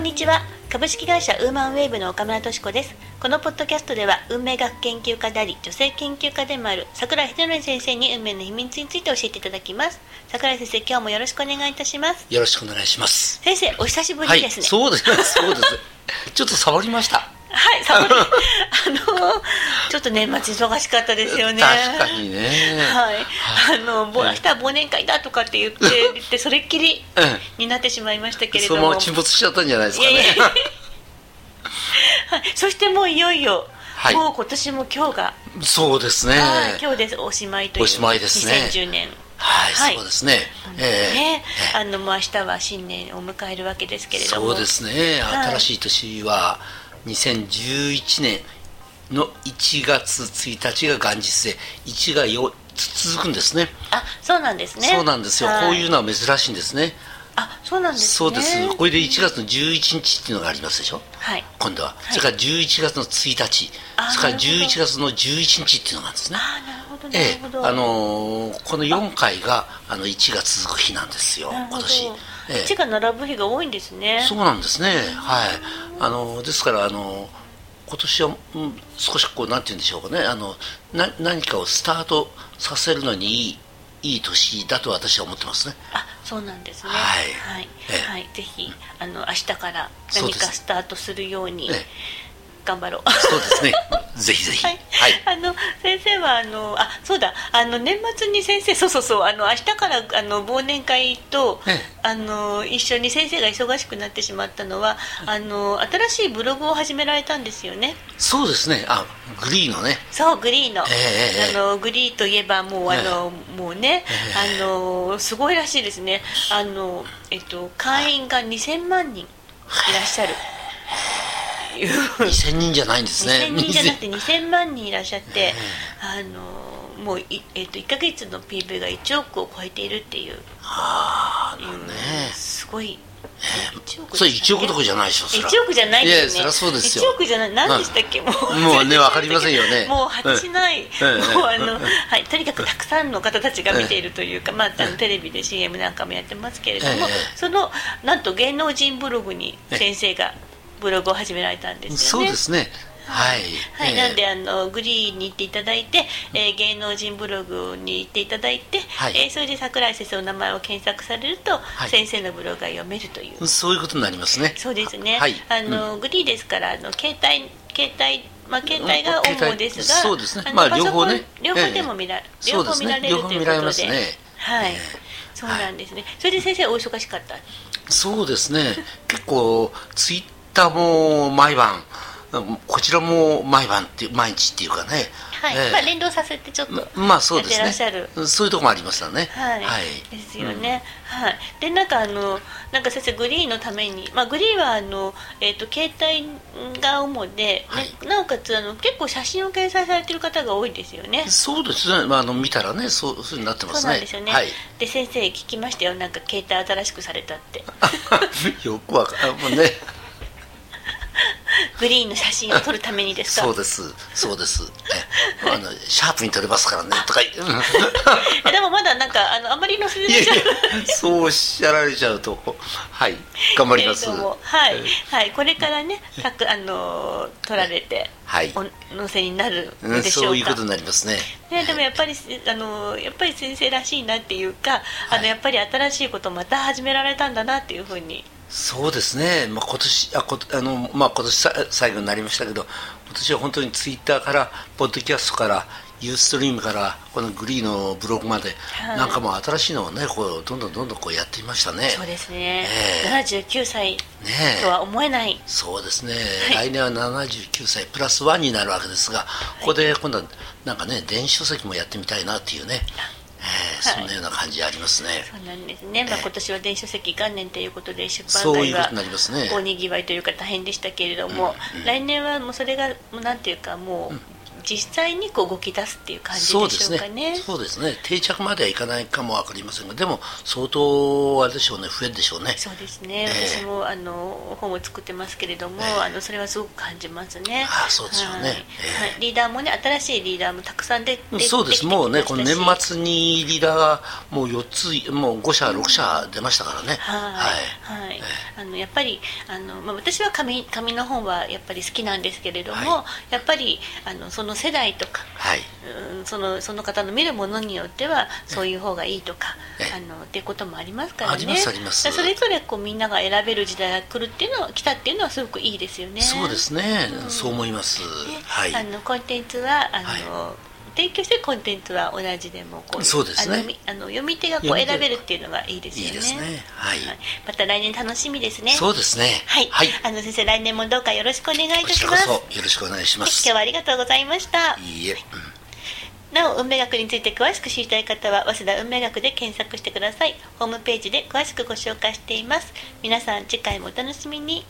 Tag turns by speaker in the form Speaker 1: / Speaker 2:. Speaker 1: にちは株式会社ウーマンウェーブの岡村敏子ですこのポッドキャストでは運命学研究家であり女性研究家でもある桜井秀則先生に運命の秘密について教えていただきます桜井先生今日もよろしくお願いいたします
Speaker 2: よろしくお願いします。
Speaker 1: 先生お久しぶ
Speaker 2: は
Speaker 1: り
Speaker 2: い
Speaker 1: です、ね
Speaker 2: そうです、そ うです。ちょっとサボりました。
Speaker 1: はい、サボテン あのちょっと年末忙しかったですよね
Speaker 2: 確かにね。
Speaker 1: はい、
Speaker 2: はい
Speaker 1: あのぼ明
Speaker 2: はい
Speaker 1: 日は忘年会だとかって言って言ってそれっきり
Speaker 2: う
Speaker 1: になってしまいましたけれ
Speaker 2: ん、そ
Speaker 1: ど
Speaker 2: のま
Speaker 1: も
Speaker 2: ま沈没しちゃったんじゃないですかね。
Speaker 1: いやいやはいそしてもういよいよ、
Speaker 2: はい
Speaker 1: もう今年も今日が、
Speaker 2: そうですね。
Speaker 1: はい今日でおしまいという
Speaker 2: おしまいですね
Speaker 1: 2010年
Speaker 2: はい、
Speaker 1: はい
Speaker 2: そうですね。え
Speaker 1: ね、あのもう明日は新年を迎えるわけですけ
Speaker 2: え
Speaker 1: れども
Speaker 2: そうですね。
Speaker 1: はい
Speaker 2: 新しい年は2011年の1月1日が元日で、1が4つ続くんですね
Speaker 1: あそうなんですね
Speaker 2: そうなんですよ。
Speaker 1: は
Speaker 2: こういうのは珍しいんですね。
Speaker 1: あそうなんですね
Speaker 2: そうです。これで1月の11日っていうのがありますでしょ。
Speaker 1: はい
Speaker 2: 今度は、
Speaker 1: い
Speaker 2: それから11月の1日
Speaker 1: あー
Speaker 2: それから
Speaker 1: なるほど
Speaker 2: 11月の11日っていうのがあるんですね。
Speaker 1: ああなるほどな
Speaker 2: え
Speaker 1: る
Speaker 2: え
Speaker 1: ほど、、
Speaker 2: あのーこの4回があの1が続く日なんですよ
Speaker 1: なる
Speaker 2: 今
Speaker 1: ほど
Speaker 2: 年、ええ
Speaker 1: 地が並ぶ日が多いんですね
Speaker 2: そうなんですねはいあのーですからあのー今年は、うん、少しこうなんて言うんでしょうかねあのな何かをスタートさせるのにいいいい年だと私は思ってますね
Speaker 1: あ、そうなんですね。
Speaker 2: はい
Speaker 1: はい、
Speaker 2: ええ
Speaker 1: はいぜひ、あの、明日から
Speaker 2: そう
Speaker 1: 何
Speaker 2: で
Speaker 1: か
Speaker 2: す
Speaker 1: スタートするように
Speaker 2: ええ。
Speaker 1: 頑張ろう。
Speaker 2: そうで すねぜひぜひ
Speaker 1: は
Speaker 2: はいい、、
Speaker 1: あの先生はあのあそうだあの年末に先生そうそうそうあの明日からあの忘年会と、
Speaker 2: ええ
Speaker 1: あの一緒に先生が忙しくなってしまったのはあの新しいブログを始められたんですよね
Speaker 2: そうですねあグリーンのね
Speaker 1: そうグリーの,、
Speaker 2: ええ
Speaker 1: あのグリーといえばもうあの、もうね、
Speaker 2: ええ
Speaker 1: あのすごいらしいですねあの、えっと、会員が2000万人いらっしゃる。いう
Speaker 2: 2000人じゃないんですね
Speaker 1: 2000人じゃなく
Speaker 2: 2000
Speaker 1: て2000万人いらっしゃって、あのもうい、えっと1か月の PV が1億を超えているっていう、
Speaker 2: ああね
Speaker 1: すごい1億
Speaker 2: それ1億どころじゃないでしょそれは
Speaker 1: 1億じゃないですよね
Speaker 2: いやそりゃそうですよ
Speaker 1: 1億じゃない何でしたっけ、もう
Speaker 2: もうねわかりませんよね
Speaker 1: もう果てしない、
Speaker 2: うん
Speaker 1: もうあの、はい、とにかくたくさんの方たちが見ているというか、まあ、あのテレビで CM なんかもやってますけれども、
Speaker 2: ええ
Speaker 1: そのなんと芸能人ブログに先生がブログを始められたんですよ
Speaker 2: そう
Speaker 1: ね
Speaker 2: ですねはい
Speaker 1: はい、
Speaker 2: ええ
Speaker 1: なんであのグリーンに行っていただいて、えー芸能人ブログに行っていただいて、
Speaker 2: はい
Speaker 1: えーそれで桜井先生の名前を検索されると、
Speaker 2: い
Speaker 1: 先生のブログが読めるという、
Speaker 2: そういうことになりますね
Speaker 1: そうですね、
Speaker 2: はい
Speaker 1: あのグリーですからあの携帯携帯まあ、携帯が
Speaker 2: 携
Speaker 1: 主
Speaker 2: 帯
Speaker 1: ですが、
Speaker 2: そうですね
Speaker 1: の
Speaker 2: まあ
Speaker 1: パソコン
Speaker 2: 両方ね
Speaker 1: 両方でも見ら、両方見られる
Speaker 2: そうですね両方
Speaker 1: という
Speaker 2: 見
Speaker 1: こ
Speaker 2: られ
Speaker 1: と
Speaker 2: ます
Speaker 1: で、
Speaker 2: ね
Speaker 1: はい、
Speaker 2: ええ
Speaker 1: そうなんですね。それで先生お忙しかった。
Speaker 2: そうですね結構ツイッターも毎晩こちらも毎晩っていう毎日っていうかね
Speaker 1: はい、
Speaker 2: ええ
Speaker 1: まあ連動させてちょっと
Speaker 2: ままあそうです
Speaker 1: やってらっしゃる
Speaker 2: ねそういうとこもありますよね
Speaker 1: はい、ですよね、はいでなんかあのなんか先生グリーンのために、まあ、グリーンはあの、えー、と携帯が主で、ね
Speaker 2: はい
Speaker 1: なおかつあの結構写真を掲載されてる方が多いですよね
Speaker 2: うんそうですね、まあ、あの見たらねそうそういうふうになってま
Speaker 1: そう
Speaker 2: す
Speaker 1: な
Speaker 2: ね
Speaker 1: んですよね、
Speaker 2: はい
Speaker 1: で先生聞きましたよなんか携帯新しくされたって
Speaker 2: よくわかるもうね
Speaker 1: グリーンの写真を撮るためにですか
Speaker 2: そうですそうです、ね、あのシャープに取れますからねと か言う
Speaker 1: えでもまだなんかあのあまり載せて
Speaker 2: い
Speaker 1: ない
Speaker 2: やい
Speaker 1: じゃん
Speaker 2: やそうおっしゃられちゃうとはい頑張ります
Speaker 1: けれどもはい、はい、これからねたくあの撮られて、
Speaker 2: はい
Speaker 1: お載せになる
Speaker 2: うん
Speaker 1: のでしょうか、
Speaker 2: そういうことになりますね
Speaker 1: ね、でもやっぱりせあのやっぱり先生らしいなっていうか、あ
Speaker 2: は
Speaker 1: の
Speaker 2: い
Speaker 1: やっぱり新しいことをまた始められたんだなっていうふうに
Speaker 2: そうですね、まあ、今年あことあの、まあ、今年さ最後になりましたけど今年は本当にツイッターからポッドキャストからユーストリームからこのグリーのブログまで、
Speaker 1: はい
Speaker 2: なんかもう新しいのをねこうどんどんどんどんこうやっていましたね
Speaker 1: そうですね、
Speaker 2: ええ
Speaker 1: 79歳
Speaker 2: ねえ
Speaker 1: とは思えない
Speaker 2: そうですね、
Speaker 1: はい
Speaker 2: 来年は79歳プラスワンになるわけですが、ここで今度はなんかね電子書籍もやってみたいなっていうね、えー
Speaker 1: はい
Speaker 2: そんなような感じありますね、
Speaker 1: そうなんですね、まあ、
Speaker 2: ええ
Speaker 1: 今年は電子書籍元年ということで出
Speaker 2: そ
Speaker 1: 版
Speaker 2: うい
Speaker 1: 界
Speaker 2: うこと
Speaker 1: が
Speaker 2: になりますね
Speaker 1: 大にぎわいというか大変でしたけれども、来年はもうそれがもうなんていうかもう実際にこう動き出すっていう感じ
Speaker 2: そう
Speaker 1: で
Speaker 2: で
Speaker 1: し
Speaker 2: す
Speaker 1: ょうかね
Speaker 2: ね。そうですね。定着まではいかないかもわかりませんが、でも相当あれでしょうね、増えるでしょうね。
Speaker 1: そうですね、
Speaker 2: ええ
Speaker 1: 私もあの本を作ってますけれども、
Speaker 2: ええ
Speaker 1: あのそれはすごく感じますね。
Speaker 2: ああそうですよね
Speaker 1: はい
Speaker 2: ええ
Speaker 1: はい、リーダーもね、新しいリーダーもたくさん出て
Speaker 2: そうです。もうね、この年。
Speaker 1: 出てきましたし
Speaker 2: 末にリーダーがもう4つ、もう5社、6社出ましたからね。
Speaker 1: はい
Speaker 2: はい。、
Speaker 1: はい
Speaker 2: え
Speaker 1: あのやっぱりあの、まあ、私は紙紙の本はやっぱり好きなんですけれども、
Speaker 2: は
Speaker 1: やっぱりあのその世代とか、
Speaker 2: はい。
Speaker 1: うんそのその方の見るものによってはそういう方がいいとか、
Speaker 2: ええ
Speaker 1: あのっていうこともありますからね
Speaker 2: ありますあります
Speaker 1: それぞれこうみんなが選べる時代が来るっていうのは来たっていうのはすごくいいですよね。
Speaker 2: そうですね、
Speaker 1: うん
Speaker 2: そう思います。
Speaker 1: ね
Speaker 2: はい。
Speaker 1: あのコンテンツはあの、提供してるコンテンツは同じでもこ
Speaker 2: そうですね
Speaker 1: あのみあの読み手がこう
Speaker 2: 読み手
Speaker 1: 選べるっていうのがいいですよ
Speaker 2: い
Speaker 1: ね。
Speaker 2: いですね。はい。
Speaker 1: はいまた来年楽しみですね。
Speaker 2: そうですね。
Speaker 1: はい、
Speaker 2: はい。
Speaker 1: あの先生来年もどうかよろしくお願いい
Speaker 2: こ
Speaker 1: た
Speaker 2: ち
Speaker 1: し
Speaker 2: ら
Speaker 1: ま
Speaker 2: こ
Speaker 1: す。
Speaker 2: そ
Speaker 1: はい
Speaker 2: よろしくお願いしま
Speaker 1: 今
Speaker 2: す。
Speaker 1: 日はありがとうございました。
Speaker 2: いいえ。うん
Speaker 1: なお運命学について詳しく知りたい方は早稲田運命学で検索してくださいホームページで詳しくご紹介しています皆さん次回もお楽しみに